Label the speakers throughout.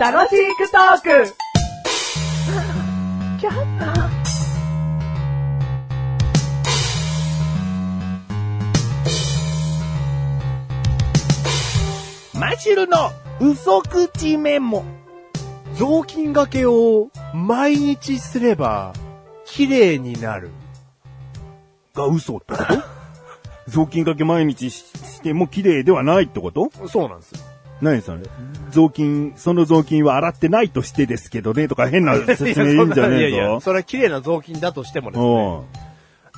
Speaker 1: 楽しくトーク
Speaker 2: マシュルの嘘口メモ。
Speaker 3: 雑巾掛けを毎日すれば綺麗になる。
Speaker 2: が嘘ってこと雑巾掛け毎日ししても綺麗ではないってこと
Speaker 3: そうなんですよ。
Speaker 2: 何それ雑巾、その雑巾は洗ってないとしてですけどね、とか 変な説明いいんじゃねえぞ。
Speaker 3: いやいや、それは綺麗な雑巾だとしてもですね。
Speaker 2: おう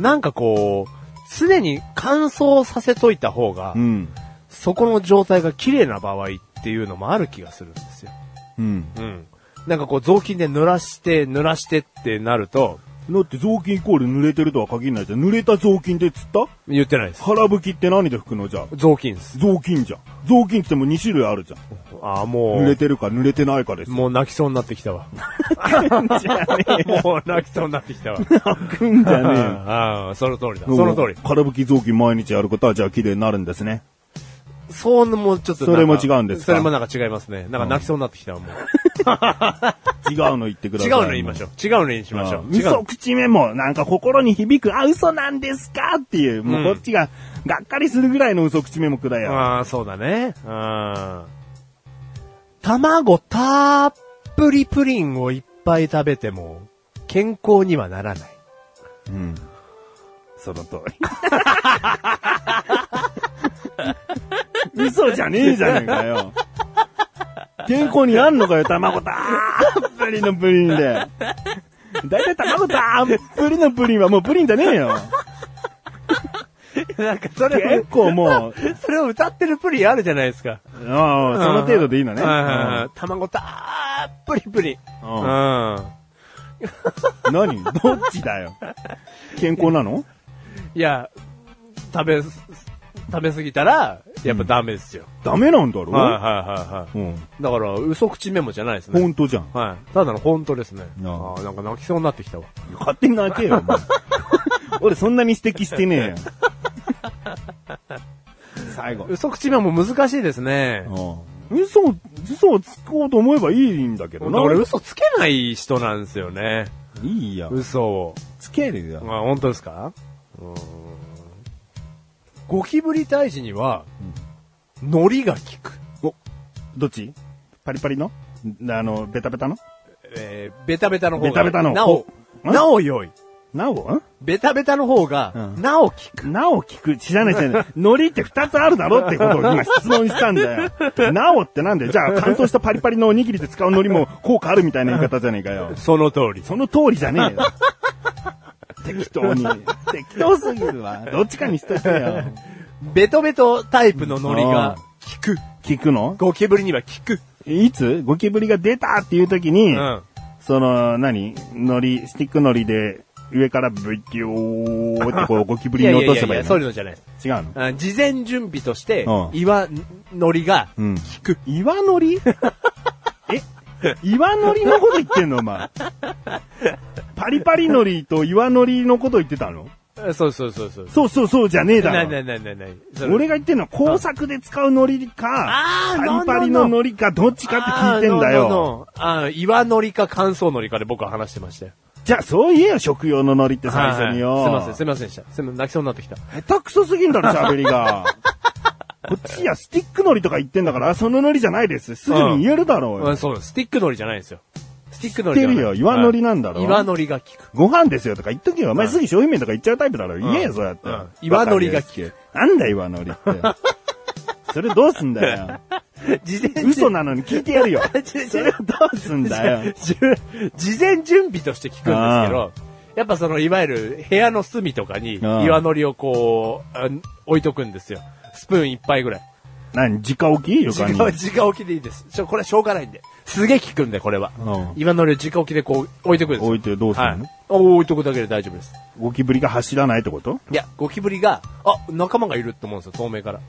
Speaker 3: なんかこう、常に乾燥させといた方が、
Speaker 2: うん。
Speaker 3: そこの状態が綺麗な場合っていうのもある気がするんですよ。
Speaker 2: うん。
Speaker 3: うん。なんかこう雑巾で濡らして、濡らしてってなると、
Speaker 2: だって雑巾イコール濡れてるとは限らないじゃん。濡れた雑巾で釣った
Speaker 3: 言ってないです。
Speaker 2: 腹拭きって何で拭くのじゃあ。
Speaker 3: 雑巾です。
Speaker 2: 雑巾じゃん。雑巾っても2種類あるじゃん。
Speaker 3: ああ、もう。
Speaker 2: 濡れてるか濡れてないかです。
Speaker 3: もう泣きそうになってきた わ。もう泣きそうになってきたわ。
Speaker 2: う、くんじゃねよ
Speaker 3: ああ、その通りだ。 その通り。
Speaker 2: 空拭き雑巾毎日やることは、じゃあ綺麗になるんですね。
Speaker 3: そうもうちょっとなんか。
Speaker 2: それも違うんですか
Speaker 3: それもなんか違いますね。なんか泣きそうになってきたわ、もう。
Speaker 2: 違うの言ってくださ
Speaker 3: 違
Speaker 2: い。
Speaker 3: うの言いましょ
Speaker 2: う。
Speaker 3: う。違うのにしましょう。違う
Speaker 2: 嘘口メモ、なんか心に響く、あ、嘘なんですかっていう、もうこっちが、がっかりするぐらいの嘘口メモくだよ。
Speaker 3: ああ、そうだね。うん。卵たっぷりプリンをいっぱい食べても、健康にはならない。
Speaker 2: うん。その通り。 嘘じゃねえじゃねえかよ。健康にあんのかよ、卵たーっぷりのプリンで。だいたい卵たーっぷりのプリンはもうプリンじゃねえよ。
Speaker 3: なんかそ
Speaker 2: 結
Speaker 3: れ
Speaker 2: 構もう、
Speaker 3: を、それを歌ってるプリンあるじゃないですか。
Speaker 2: ああ、その程度でいいのね。
Speaker 3: はいはいはい卵たっぷりプリン。
Speaker 2: う
Speaker 3: うんん。
Speaker 2: 何どっちだよ。健康なの
Speaker 3: いや、食べす、食べ過ぎたら、やっぱダメですよ。
Speaker 2: ダメなんだろ
Speaker 3: はいはいはいは
Speaker 2: うん。
Speaker 3: い。だから、嘘口メモじゃないですね。
Speaker 2: 本当じゃん。
Speaker 3: はい。ただの本当ですね。
Speaker 2: あ
Speaker 3: あ
Speaker 2: あ
Speaker 3: あ、なんか泣きそうになってきたわ。
Speaker 2: 勝手に泣け よ、お前俺そんなに指摘してねえよ。 最後。
Speaker 3: 嘘口メモ難しいですね。
Speaker 2: うん嘘を、嘘をつこうと思えばいいんだけどな。
Speaker 3: 俺嘘つけない人なんですよね。
Speaker 2: いいや。
Speaker 3: 嘘を。
Speaker 2: つけるよ。
Speaker 3: あ、本当ですかうーんゴキブリ退治には、海苔が効く。
Speaker 2: どっちパリパリのあの、ベタベタの
Speaker 3: えー、ベタベタの方が。
Speaker 2: ベタベタの
Speaker 3: なお、
Speaker 2: おん
Speaker 3: なお良い。
Speaker 2: なお、ん
Speaker 3: ベタベタの方が、
Speaker 2: うん
Speaker 3: なお効く。
Speaker 2: なお聞く、知らない知ら ない。ノリって二つあるだろってことを今質問したんだ よ。なおってなんだよ。じゃあ乾燥したパリパリのおにぎりで使うノリも効果あるみたいな言い方じゃねえかよ。
Speaker 3: その通り。
Speaker 2: その通りじゃ ねえよ。適当に。適当すぎるわ。どっちかにしとけよ。
Speaker 3: ベトベトタイプのノリが
Speaker 2: うん
Speaker 3: 効く。
Speaker 2: 聞くの
Speaker 3: ゴキブリには効く。
Speaker 2: いつゴキブリが出たっていう時
Speaker 3: う
Speaker 2: に、
Speaker 3: ん。
Speaker 2: その、何ノリ、スティックノリで上からブイキューってこうゴキブ
Speaker 3: い
Speaker 2: リ
Speaker 3: や
Speaker 2: に
Speaker 3: いやい
Speaker 2: 落
Speaker 3: やい
Speaker 2: とせばいい
Speaker 3: や、
Speaker 2: の
Speaker 3: そういうのじゃない。
Speaker 2: 違うの
Speaker 3: あ事前準備として
Speaker 2: う、ん
Speaker 3: 岩、ノリが効
Speaker 2: うん
Speaker 3: く。
Speaker 2: 岩のりえ岩のりのこと言ってんのお前。パリパリのりと岩のりのこと言ってたの
Speaker 3: あそうそうそうそう。
Speaker 2: そうそうそうじゃねえだ
Speaker 3: ないな
Speaker 2: ろ。
Speaker 3: いないないない。
Speaker 2: 俺
Speaker 3: が、
Speaker 2: が言ってんのは工作で使うのり
Speaker 3: あ
Speaker 2: か
Speaker 3: ー、
Speaker 2: パリパリののりかどっちかって聞いてんだ
Speaker 3: あー。
Speaker 2: よ。
Speaker 3: no, no, no あの、岩ノリか乾燥ノリかで僕は話してましたよ。
Speaker 2: じゃあそう言えよ、食用ののりって最初に
Speaker 3: はいはい
Speaker 2: よ。
Speaker 3: すいません、すいませんでした。すいません、泣きそうになってきた。
Speaker 2: ん。下手くそすぎんだろ、喋りが。こっちやスティックのりとか言ってんだから、あそののりじゃないです。すぐに言えるだろうよ。
Speaker 3: うん、そう、スティックノリじゃないですよ。スティックノ
Speaker 2: 知っ
Speaker 3: リじ
Speaker 2: て
Speaker 3: ゃない。
Speaker 2: るよ、岩のりなんだろ。
Speaker 3: はい岩ノリが効く。
Speaker 2: ご飯ですよとか言っとけよ。お前すぐ商品名とか言っちゃうタイプだろ。言えよ、そうやって
Speaker 3: うん。岩のりが効く
Speaker 2: なんだ岩のりって。それどうすんだよ。
Speaker 3: 事前準備
Speaker 2: 嘘なのに聞いてやるよ。それをどうすんだよ。
Speaker 3: じゅ 事前準備として聞くんですけど、やっぱその、いわゆる部屋の隅とかに
Speaker 2: うん
Speaker 3: 岩のりをこう、あ置いとくんですよ。スプーン一杯ぐらい。
Speaker 2: 何、直置き
Speaker 3: 直
Speaker 2: 床に。
Speaker 3: 直置きでいいです。ちょ、これはしょうがないんで。すげえ効くんで、これは。
Speaker 2: うん
Speaker 3: 岩のりを直置きでこう、置いとくんですよ。
Speaker 2: 置いてどうすんの
Speaker 3: はい置いとくだけで大丈夫です。
Speaker 2: ゴキブリが走らないってこと
Speaker 3: いや、ゴキブリが、あ、仲間がいるって思うんですよ、透明から。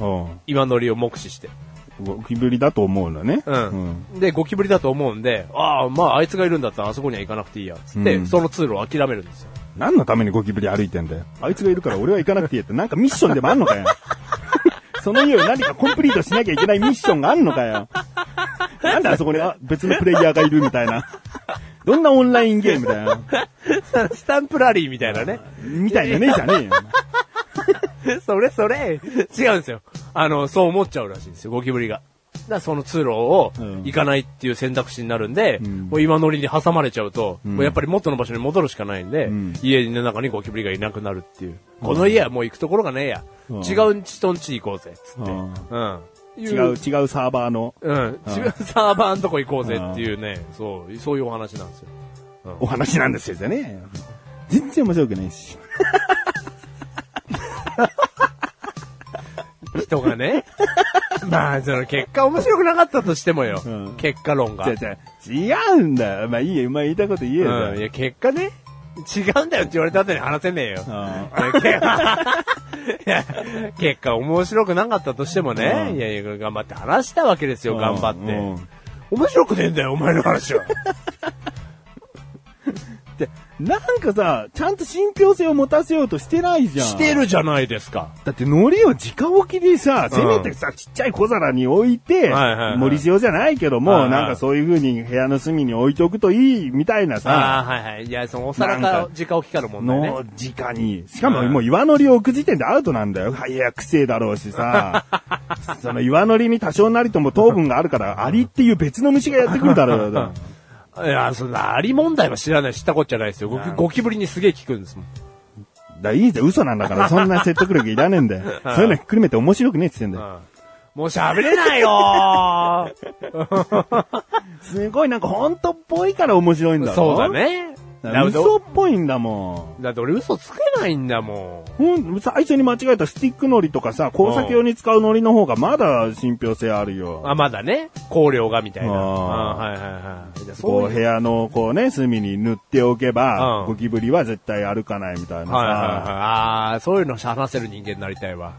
Speaker 2: うん
Speaker 3: 岩のりを目視して。
Speaker 2: ゴキブリだと思うのね。
Speaker 3: うん。で、ゴキブリだと思うんで、ああ、まあ、あいつがいるんだったらあそこには行かなくていいや。つって、
Speaker 2: うん
Speaker 3: その通路を諦めるんですよ。
Speaker 2: 何 のためにゴキブリ歩いてんだよ。あいつがいるから俺は行かなくていいやって、なんかミッションでもあんのかよ。その家を何かコンプリートしなきゃいけないミッションがあるのかよ。なんであそこにあ別のプレイヤーがいるみたいな。どんなオンラインゲームだよ。
Speaker 3: スタンプラリーみたいなね。
Speaker 2: みたいなねえじゃねえよ。
Speaker 3: それそれ、違うんですよ。あの、そう思っちゃうらしいんですよ、ゴキブリが。だからその通路を
Speaker 2: うん
Speaker 3: 行かないっていう選択肢になるんで、
Speaker 2: ん
Speaker 3: もう今乗りに挟まれちゃうと、
Speaker 2: うん
Speaker 3: もうやっぱり元の場所に戻るしかないんで、
Speaker 2: うん
Speaker 3: 家の中にゴキブリがいなくなるっていう。この家はもう行くところがねえや。
Speaker 2: うん
Speaker 3: 違うちとんち行こうぜ、つって。
Speaker 2: うん
Speaker 3: うん。
Speaker 2: 違う、違うサーバーの
Speaker 3: うん、自分サーバーのとこ行こうぜっていうね、そう、そういうお話なんですよ。
Speaker 2: お話なんですよ、じゃねえよ。全然面白くないし。
Speaker 3: 人がね。 まあ、その結果面白くなかったとしてもよ。
Speaker 2: うん
Speaker 3: 結果論が。
Speaker 2: 違う違う。違うんだよ。まあいいよ、今言いたいこと言えよ。じゃあ
Speaker 3: うん、いや、結果ね、違うんだよって言われた後に話せねえよ。
Speaker 2: あ
Speaker 3: いや結果面白くなかったとしてもね、
Speaker 2: うん
Speaker 3: いやいや、頑張って話したわけですよ、
Speaker 2: うん
Speaker 3: 頑張って。
Speaker 2: うん
Speaker 3: 面白くねえんだよ、お前の話 は。
Speaker 2: でなんかさ、ちゃんと信憑性を持たせようとしてないじゃん。
Speaker 3: してるじゃないですか。
Speaker 2: だって海苔を直置きでさ、
Speaker 3: うん
Speaker 2: せめてさ、ちっちゃい小皿に置いて、
Speaker 3: はいはいはい
Speaker 2: 盛り塩じゃないけども、
Speaker 3: はいはい
Speaker 2: なんかそういう風に部屋の隅に置いておくといいみたいな
Speaker 3: あ
Speaker 2: さ、
Speaker 3: あ、はいはい。いや、そのお皿
Speaker 2: な
Speaker 3: か
Speaker 2: んか、
Speaker 3: 時間を聞かる問題ね
Speaker 2: の。直に。しかも
Speaker 3: はい
Speaker 2: もう岩海苔を置く時点でアウトなんだよ。いや、癖だろうし さ。その岩海苔に多少なりとも糖分があるから、アリっていう別の虫がやってくるだろう よ。
Speaker 3: いや、そんな、あり問題は知らない、知ったこっちゃないですよ。ゴキ
Speaker 2: うん
Speaker 3: ゴキブリにすげえ聞くんですもん。
Speaker 2: だいいじゃん、嘘なんだから、そんな説得力いらねえんだ よ。そういうのひっくるめて面白くねえって言ってんだよ。
Speaker 3: もう喋れないよ
Speaker 2: すごいなんか本当っぽいから面白いん
Speaker 3: ー
Speaker 2: だろ
Speaker 3: そうだ。ね。
Speaker 2: だ
Speaker 3: だって
Speaker 2: 嘘っぽいんだも
Speaker 3: だって俺嘘つけないんだも
Speaker 2: ん。うん、最初に間違えたスティック海苔とかさ、工作用に使う海苔の方がまだ信憑性ある
Speaker 3: ん。
Speaker 2: よ。
Speaker 3: あ、まだね。香料がみたいな。
Speaker 2: あ
Speaker 3: あーはいはいはいじゃあ。
Speaker 2: こ
Speaker 3: そう
Speaker 2: う
Speaker 3: い
Speaker 2: 部屋のこうね、隅に塗っておけ
Speaker 3: う、
Speaker 2: ば
Speaker 3: ん
Speaker 2: ゴキブリは絶対歩かないみたいな
Speaker 3: はいはいはい
Speaker 2: さ。。
Speaker 3: ああ、そういうの話せる人間になりたいわ。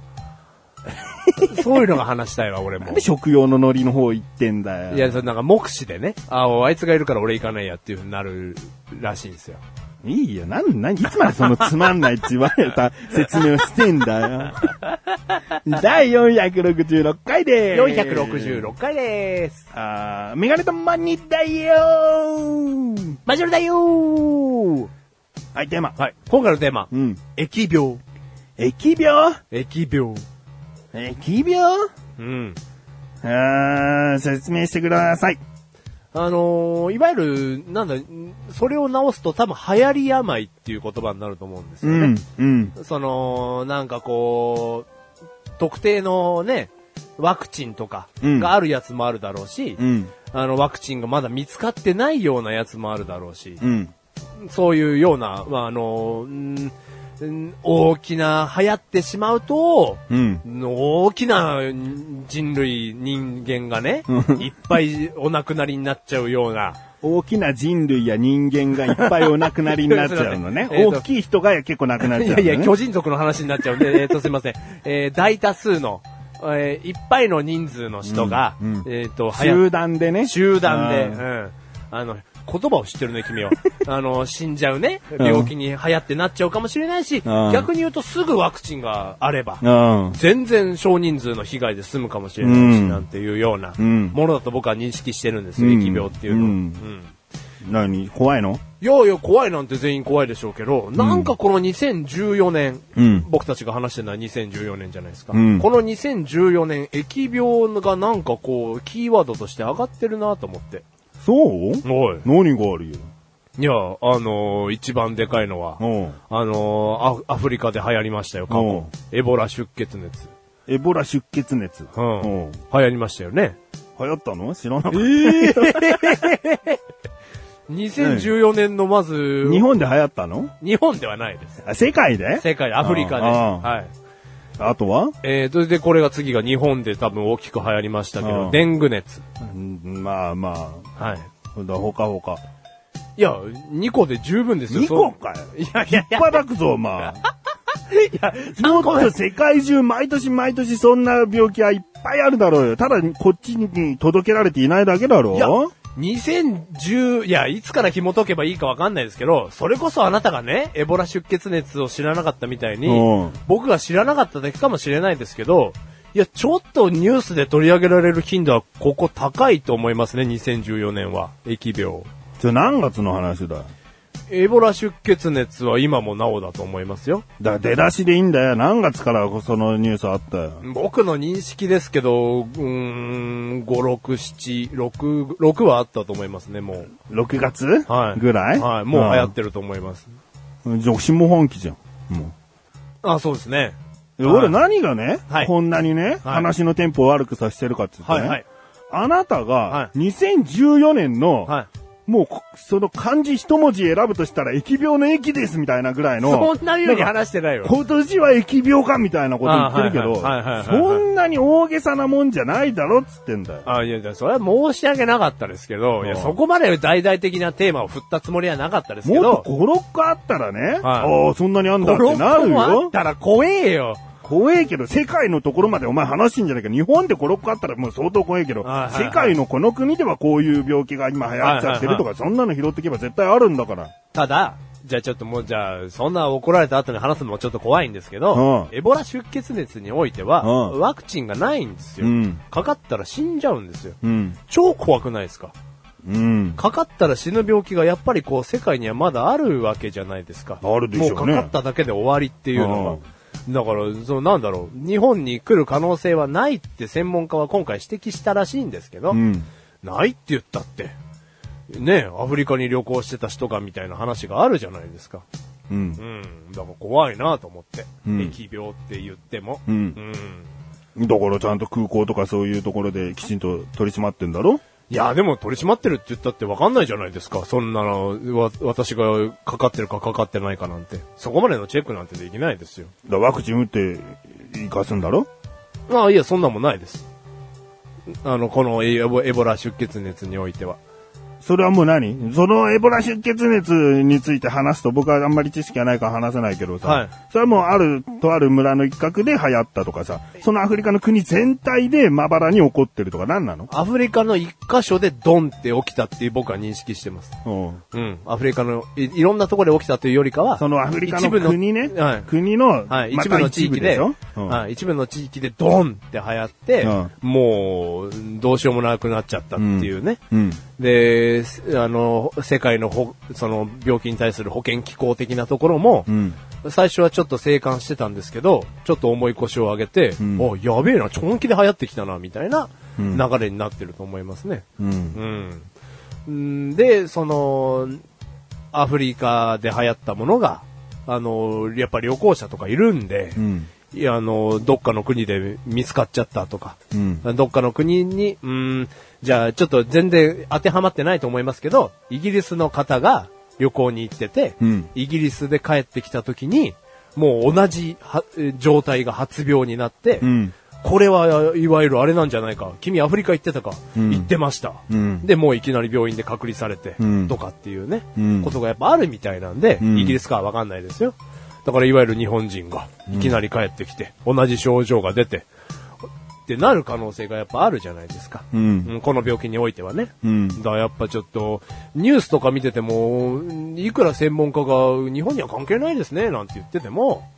Speaker 3: そういうのが話したいわ、俺
Speaker 2: な
Speaker 3: も
Speaker 2: んで。食用の海苔の方行ってんだよ。
Speaker 3: いや、それなんか目視でね。ああ、あいつがいるから俺行かないやっていうふうになるらしいんですよ。
Speaker 2: いいよ。なん、なん、いつまでそのつまんないって言われた説明をしてんだ よ。第466回でーす。
Speaker 3: 466回でーす。
Speaker 2: あー、メガネとマニだよー
Speaker 3: マジョルだよー
Speaker 2: はい、テーマ。
Speaker 3: はい。今回のテーマ。
Speaker 2: うん。
Speaker 3: 疫病。
Speaker 2: 疫病
Speaker 3: 疫病。
Speaker 2: 疫病
Speaker 3: うん。
Speaker 2: あー、説明してください。
Speaker 3: あのー、いわゆる、なんだ、んそれを治すと多分流行り病っていう言葉になると思うんですよね。。
Speaker 2: うん。
Speaker 3: その、なんかこう、特定のね、ワクチンとか
Speaker 2: うん
Speaker 3: があるやつもあるだろうし、
Speaker 2: うん。
Speaker 3: あの、ワクチンがまだ見つかってないようなやつもあるだろうし、
Speaker 2: うん。
Speaker 3: そういうような、まあ、あのー、んん大きな流行ってしまうと、
Speaker 2: うん。
Speaker 3: 大きな人類、人間がね、いっぱいお亡くなりになっちゃうような、。
Speaker 2: 大きな人類や人間がいっぱいお亡くなりになっちゃうのね
Speaker 3: えーと
Speaker 2: 大きい人が結構亡くなっ
Speaker 3: い
Speaker 2: ちゃう
Speaker 3: や
Speaker 2: のね。
Speaker 3: いや、巨人族の話になっちゃうんで、えっと、すいません。えー大多数の、えーいっぱいの人数の人が、
Speaker 2: うんうん
Speaker 3: えっ、と、早
Speaker 2: 集団でね。
Speaker 3: 集団で、
Speaker 2: あ
Speaker 3: う
Speaker 2: ー
Speaker 3: ん。あの、言葉を知ってるね、 君は。あの、死んじゃうね。病気に流行ってなっちゃうかもしれないし、
Speaker 2: うん
Speaker 3: 逆に言うとすぐワクチンがあれば、
Speaker 2: うん。
Speaker 3: 全然少人数の被害で済むかもしれないし、
Speaker 2: うん
Speaker 3: なんていうような
Speaker 2: うん
Speaker 3: ものだと僕は認識してるんですよ、
Speaker 2: うん
Speaker 3: 疫病っていうのは、
Speaker 2: うん
Speaker 3: うん
Speaker 2: 何怖いの
Speaker 3: いやいや、怖いなんて全員怖いでしょうけど、なんかこの2014年、
Speaker 2: うん
Speaker 3: 僕たちが話してるのは2014年じゃないですか。
Speaker 2: うん
Speaker 3: この2014年、疫病がなんかこう、キーワードとして上がってるなと思って。
Speaker 2: そう
Speaker 3: おい。
Speaker 2: 何があるよ。
Speaker 3: いや、あのー一番でかいのは、
Speaker 2: おう
Speaker 3: あのーア、アフリカで流行りましたよ、過
Speaker 2: おう
Speaker 3: 去。エボラ出血熱。
Speaker 2: エボラ出血熱。
Speaker 3: うん。
Speaker 2: おう
Speaker 3: 流行りましたよね。
Speaker 2: 流行ったの知らなかった。
Speaker 3: 2014年のまず、
Speaker 2: 日本で流行ったの
Speaker 3: 日本ではないです。
Speaker 2: あ世界で
Speaker 3: 世界、アフリカで。
Speaker 2: ああ
Speaker 3: はい。
Speaker 2: あとは
Speaker 3: えー、それでこれが次が日本で多分大きく流行りましたけ
Speaker 2: あ
Speaker 3: ど、
Speaker 2: あ
Speaker 3: デング熱。
Speaker 2: うんまあまあ、
Speaker 3: はい。
Speaker 2: ほだほかほか。
Speaker 3: いや、2個で十分ですよ。
Speaker 2: 2個かよ
Speaker 3: そういやいやい
Speaker 2: 引っ
Speaker 3: や、
Speaker 2: 張くぞ、お前。
Speaker 3: いや、
Speaker 2: もっと世界中、毎年毎年そんな病気はいっぱいあるだろうよ。ただ、こっちに届けられていないだけだろう
Speaker 3: いや、2010、いや、いつから紐解けばいいかわかんないですけど、それこそあなたがね、エボラ出血熱を知らなかったみたいに
Speaker 2: うん、
Speaker 3: 僕が知らなかっただけかもしれないですけど、いや、ちょっとニュースで取り上げられる頻度は、ここ高いと思いますね、2014年は。疫病。
Speaker 2: じゃあ何月の話だよ
Speaker 3: エボラ出血熱は今もなおだと思いますよ。
Speaker 2: だから出だしでいいんだよ。何月からそのニュースあったよ。
Speaker 3: 僕の認識ですけど、うーん、5、6、7、6、6はあったと思いますね、も
Speaker 2: 6月
Speaker 3: う。はい。
Speaker 2: ぐらい
Speaker 3: はい。もう流行ってると思います。
Speaker 2: うん。じゃあ、下半期じゃん。も
Speaker 3: あ、そうですね。
Speaker 2: う。で俺何がね、
Speaker 3: はい
Speaker 2: こんなにね、話のテンポを悪くさせてるかって言って
Speaker 3: は
Speaker 2: ね、
Speaker 3: いはい。
Speaker 2: あなた
Speaker 3: は
Speaker 2: が、2014年の、
Speaker 3: はい。
Speaker 2: もうこ、その漢字一文字選ぶとしたら、疫病の疫ですみたいなぐらいの。
Speaker 3: そんなように
Speaker 2: なんか
Speaker 3: 話してないよ。
Speaker 2: 今年は疫病かみたいなこと言ってるけど、
Speaker 3: あはいはいはいはいはいはい
Speaker 2: そんなに大げさなもんじゃないだろっつってんだよ。
Speaker 3: あいや、いやそれは申し訳なかったですけど、いや、
Speaker 2: うん
Speaker 3: そこまで大々的なテーマを振ったつもりはなかったですけ
Speaker 2: もっと
Speaker 3: ど、
Speaker 2: 5、6個あったらね、ああ、そんなにあんだっ
Speaker 3: 5
Speaker 2: てなる
Speaker 3: もあっ
Speaker 2: よ。
Speaker 3: たら怖えよ。
Speaker 2: 怖えけど、世界のところまでお前話してんじゃないか。日本で5、6個あったらもう相当怖えけど、
Speaker 3: はいはいはい
Speaker 2: 世界のこの国ではこういう病気が今流行っちゃってるとか、
Speaker 3: は
Speaker 2: そんなの拾ってけば絶対あるんだから。
Speaker 3: ただ、じゃあちょっともう、じゃあ、そんな怒られた後に話すのもちょっと怖いんですけど、
Speaker 2: う
Speaker 3: エボラ出血熱においては、
Speaker 2: うん
Speaker 3: ワクチンがないんですよ、
Speaker 2: うん
Speaker 3: かかったら死んじゃうんですよ。
Speaker 2: うん。
Speaker 3: 超怖くないですか
Speaker 2: うん。
Speaker 3: かかったら死ぬ病気がやっぱりこう世界にはまだあるわけじゃないですか。
Speaker 2: あるでしょうね
Speaker 3: もうかかっただけで終わりっていうのが。だから、そのなんだろう、日本に来る可能性はないって専門家は今回指摘したらしいんですけど、
Speaker 2: うん。
Speaker 3: ないって言ったって。ねアフリカに旅行してた人がみたいな話があるじゃないですか。
Speaker 2: うん
Speaker 3: う。ん。だから怖いなと思って。
Speaker 2: うん
Speaker 3: 疫病って言っても。
Speaker 2: うん
Speaker 3: うん。
Speaker 2: だからちゃんと空港とかそういうところできちんと取り締まってんだろ
Speaker 3: いや、でも取り締まってるって言ったって分かんないじゃないですか。そんなの、わ、私がかかってるかかかってないかなんて。そこまでのチェックなんてできないですよ。
Speaker 2: だからワクチン打って生かすんだろ
Speaker 3: ああ、いや、そんなもんないです。あの、このエボエボラ出血熱においては。
Speaker 2: それはもう何そのエボラ出血熱について話すと僕はあんまり知識がないから話せないけどさ、
Speaker 3: はい
Speaker 2: それはもうある、とある村の一角で流行ったとかさ、そのアフリカの国全体でまばらに起こってるとか何なの
Speaker 3: アフリカの一箇所でドンって起きたっていう僕は認識してます。
Speaker 2: うん
Speaker 3: うん。アフリカのい、いろんなところで起きたというよりかは、
Speaker 2: そのアフリカの
Speaker 3: 一部
Speaker 2: 国ね、
Speaker 3: はい。
Speaker 2: 国の、
Speaker 3: はい、
Speaker 2: ま
Speaker 3: 一
Speaker 2: た
Speaker 3: 部の地域で、
Speaker 2: 一部しょうん
Speaker 3: はい、一部の地域でドンって流行って、
Speaker 2: うん
Speaker 3: もう、どうしようもなくなっちゃったっていうね。
Speaker 2: うん。
Speaker 3: で、すあの、世界のほ、その、病気に対する保険機構的なところも、
Speaker 2: うん。
Speaker 3: 最初はちょっと静観してたんですけど、ちょっと重い腰を上げて、
Speaker 2: ん
Speaker 3: お、やべえな、ちょんきで流行ってきたな、みたいな
Speaker 2: うん
Speaker 3: 流れになってると思いますね。
Speaker 2: うん。
Speaker 3: うん。うんで、その、アフリカで流行ったものが、あの、やっぱ旅行者とかいるんで、
Speaker 2: うん。
Speaker 3: いや、あの、どっかの国で見つかっちゃったとか、
Speaker 2: うん。
Speaker 3: どっかの国に、うーん、じゃあちょっと全然当てはまってないと思いますけど、イギリスの方が旅行に行ってて、
Speaker 2: うん
Speaker 3: イギリスで帰ってきた時に、もう同じはえ状態が発病になって、
Speaker 2: うん。
Speaker 3: これはいわゆるあれなんじゃないか。君アフリカ行ってたか、
Speaker 2: ん
Speaker 3: 行ってました、
Speaker 2: うん
Speaker 3: で、もういきなり病院で隔離されて、
Speaker 2: うん
Speaker 3: とかっていうね、
Speaker 2: うん
Speaker 3: ことがやっぱあるみたいなんで、
Speaker 2: ん
Speaker 3: イギリスかはわかんないですよ。だからいわゆる日本人がいきなり帰ってきて、同じ症状が出て、ってなる可能性がやっぱあるじゃないですか。
Speaker 2: うん
Speaker 3: うんこの病気においてはね。
Speaker 2: うん
Speaker 3: だからやっぱちょっと、ニュースとか見てても、うんいくら専門家が日本には関係ないですね、なんて言ってても、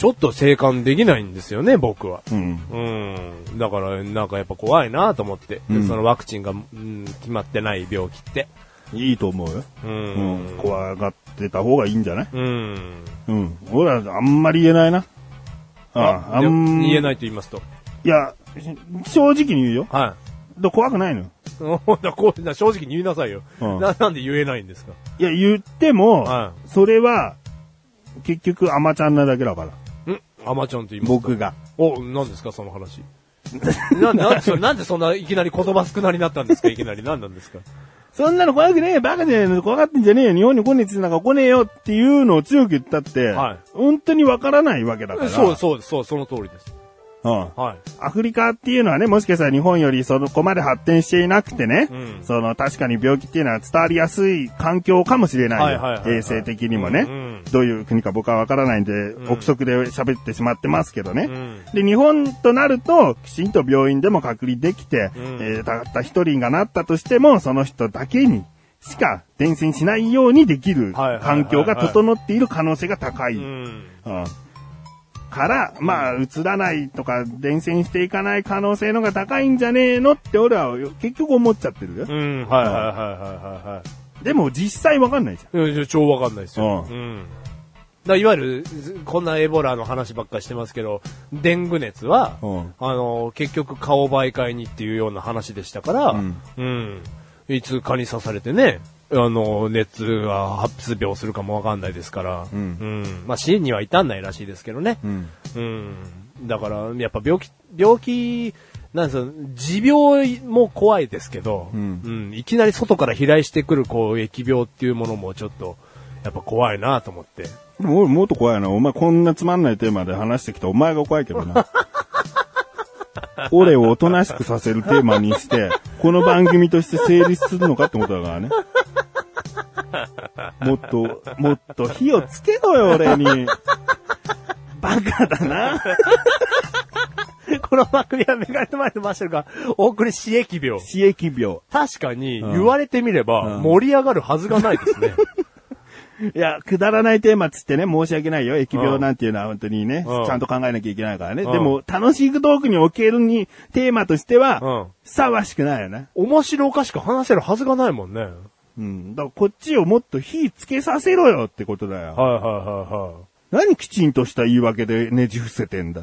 Speaker 3: ちょっと静観できないんですよね、僕は。
Speaker 2: うん。
Speaker 3: うん。だから、なんかやっぱ怖いなと思って、
Speaker 2: ん
Speaker 3: そのワクチンが、うん、決まってない病気って。
Speaker 2: いいと思うよ。
Speaker 3: う。
Speaker 2: うんん。怖がってた方がいいんじゃない
Speaker 3: うん。
Speaker 2: うん。俺はあんまり言えないな。ああ、あ
Speaker 3: で
Speaker 2: ん。
Speaker 3: 言えないいと言いますと。
Speaker 2: いや、し正直に言うよ。
Speaker 3: は
Speaker 2: で怖くないのよ。
Speaker 3: い。 だこうな正直に言いなさいよ、
Speaker 2: うん
Speaker 3: な。なんで言えないんですか
Speaker 2: いや、言っても、
Speaker 3: は
Speaker 2: それは、結局、アマちゃんなだけだから。
Speaker 3: んアマちゃんと言いますと
Speaker 2: 僕が。
Speaker 3: お、何ですか、その話。 な、な、そなんでそんないきなり言葉少なになったんですかいきなり。何なんですか
Speaker 2: そんなの怖くねえ、バカじゃねえの、怖がってんじゃねえよ、日本に来ねえってなんか来ねえよっていうのを強く言ったって、
Speaker 3: はい
Speaker 2: 本当にわからないわけだから。
Speaker 3: そう、そう、そう、その通りです。
Speaker 2: うん。
Speaker 3: はい。
Speaker 2: アフリカっていうのはね、もしかしたら日本よりそこまで発展していなくてね、
Speaker 3: うん
Speaker 2: その確かに病気っていうのは伝わりやすい環境かもしれないよ、
Speaker 3: はいはいはいはい
Speaker 2: 衛生的にもね、
Speaker 3: うん
Speaker 2: どういう国か僕はわからないんで、憶測で喋ってしまってますけど
Speaker 3: う
Speaker 2: ね。
Speaker 3: ん。
Speaker 2: で、日本となると、きちんと病院でも隔離できて、
Speaker 3: うん
Speaker 2: えーたった一人がなったとしても、その人だけにしか伝染しないようにでき
Speaker 3: はい
Speaker 2: る
Speaker 3: はいはいはい
Speaker 2: 環境が整っている可能性が高い。
Speaker 3: うん。
Speaker 2: うんから、まあ、映らないとか、伝染していかない可能性のが高いんじゃねえのって俺は結局思っちゃってるよ。
Speaker 3: うん、はいはいはいはいはい。
Speaker 2: でも実際わかんないじゃん。
Speaker 3: いやいや超わかんないですよ。
Speaker 2: う
Speaker 3: うん。だからいわゆる、ずこんなエボラの話ばっかりしてますけど、デング熱は、
Speaker 2: うん
Speaker 3: あの、結局顔媒介にっていうような話でしたから、うんん。いつ蚊に刺されてね、あの、熱が発病するかもわかんないですから、
Speaker 2: うん
Speaker 3: まあ、死には至んないらしいですけどね。
Speaker 2: うん。
Speaker 3: うん。だから、やっぱ病気、病気、なんですよ、持病も怖いですけど、
Speaker 2: うん
Speaker 3: いきなり外から飛来してくる、こう、疫病っていうものもちょっと、やっぱ怖いなと思って。
Speaker 2: でも俺もっと怖いな。お前こんなつまんないテーマで話してきたお前が怖いけどな。 俺をおとなしくさせるテーマにして、この番組として成立するのかってことだからね。 もっと、もっと火をつけろよ、俺に。バカだな。
Speaker 3: この番組はメガネとマイとマッシュルがお送りし疫病。
Speaker 2: 刺激病。
Speaker 3: 確かに、
Speaker 2: うん
Speaker 3: 言われてみれば、
Speaker 2: うん
Speaker 3: 盛り上がるはずがないですね。
Speaker 2: いや、くだらないテーマっつってね、申し訳ないよ。疫病なんていうのは本当にね、
Speaker 3: うん
Speaker 2: ちゃんと考えなきゃいけないからね。
Speaker 3: うん
Speaker 2: でも、楽しいトークにおけるに、テーマとしては、
Speaker 3: うん
Speaker 2: ふさわしくないよね。
Speaker 3: 面白おかしく話せるはずがないもんね。はい
Speaker 2: うん。だからこっちをもっと火つけさせろよってことだよ。
Speaker 3: はいはいはい。
Speaker 2: 何きちんとした言い訳でねじ伏せてんだ。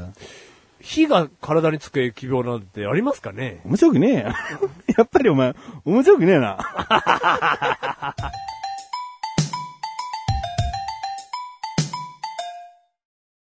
Speaker 3: 火が体につく疫病なんてありますかね
Speaker 2: 面白くねえよやっぱりお前、面白くねえな。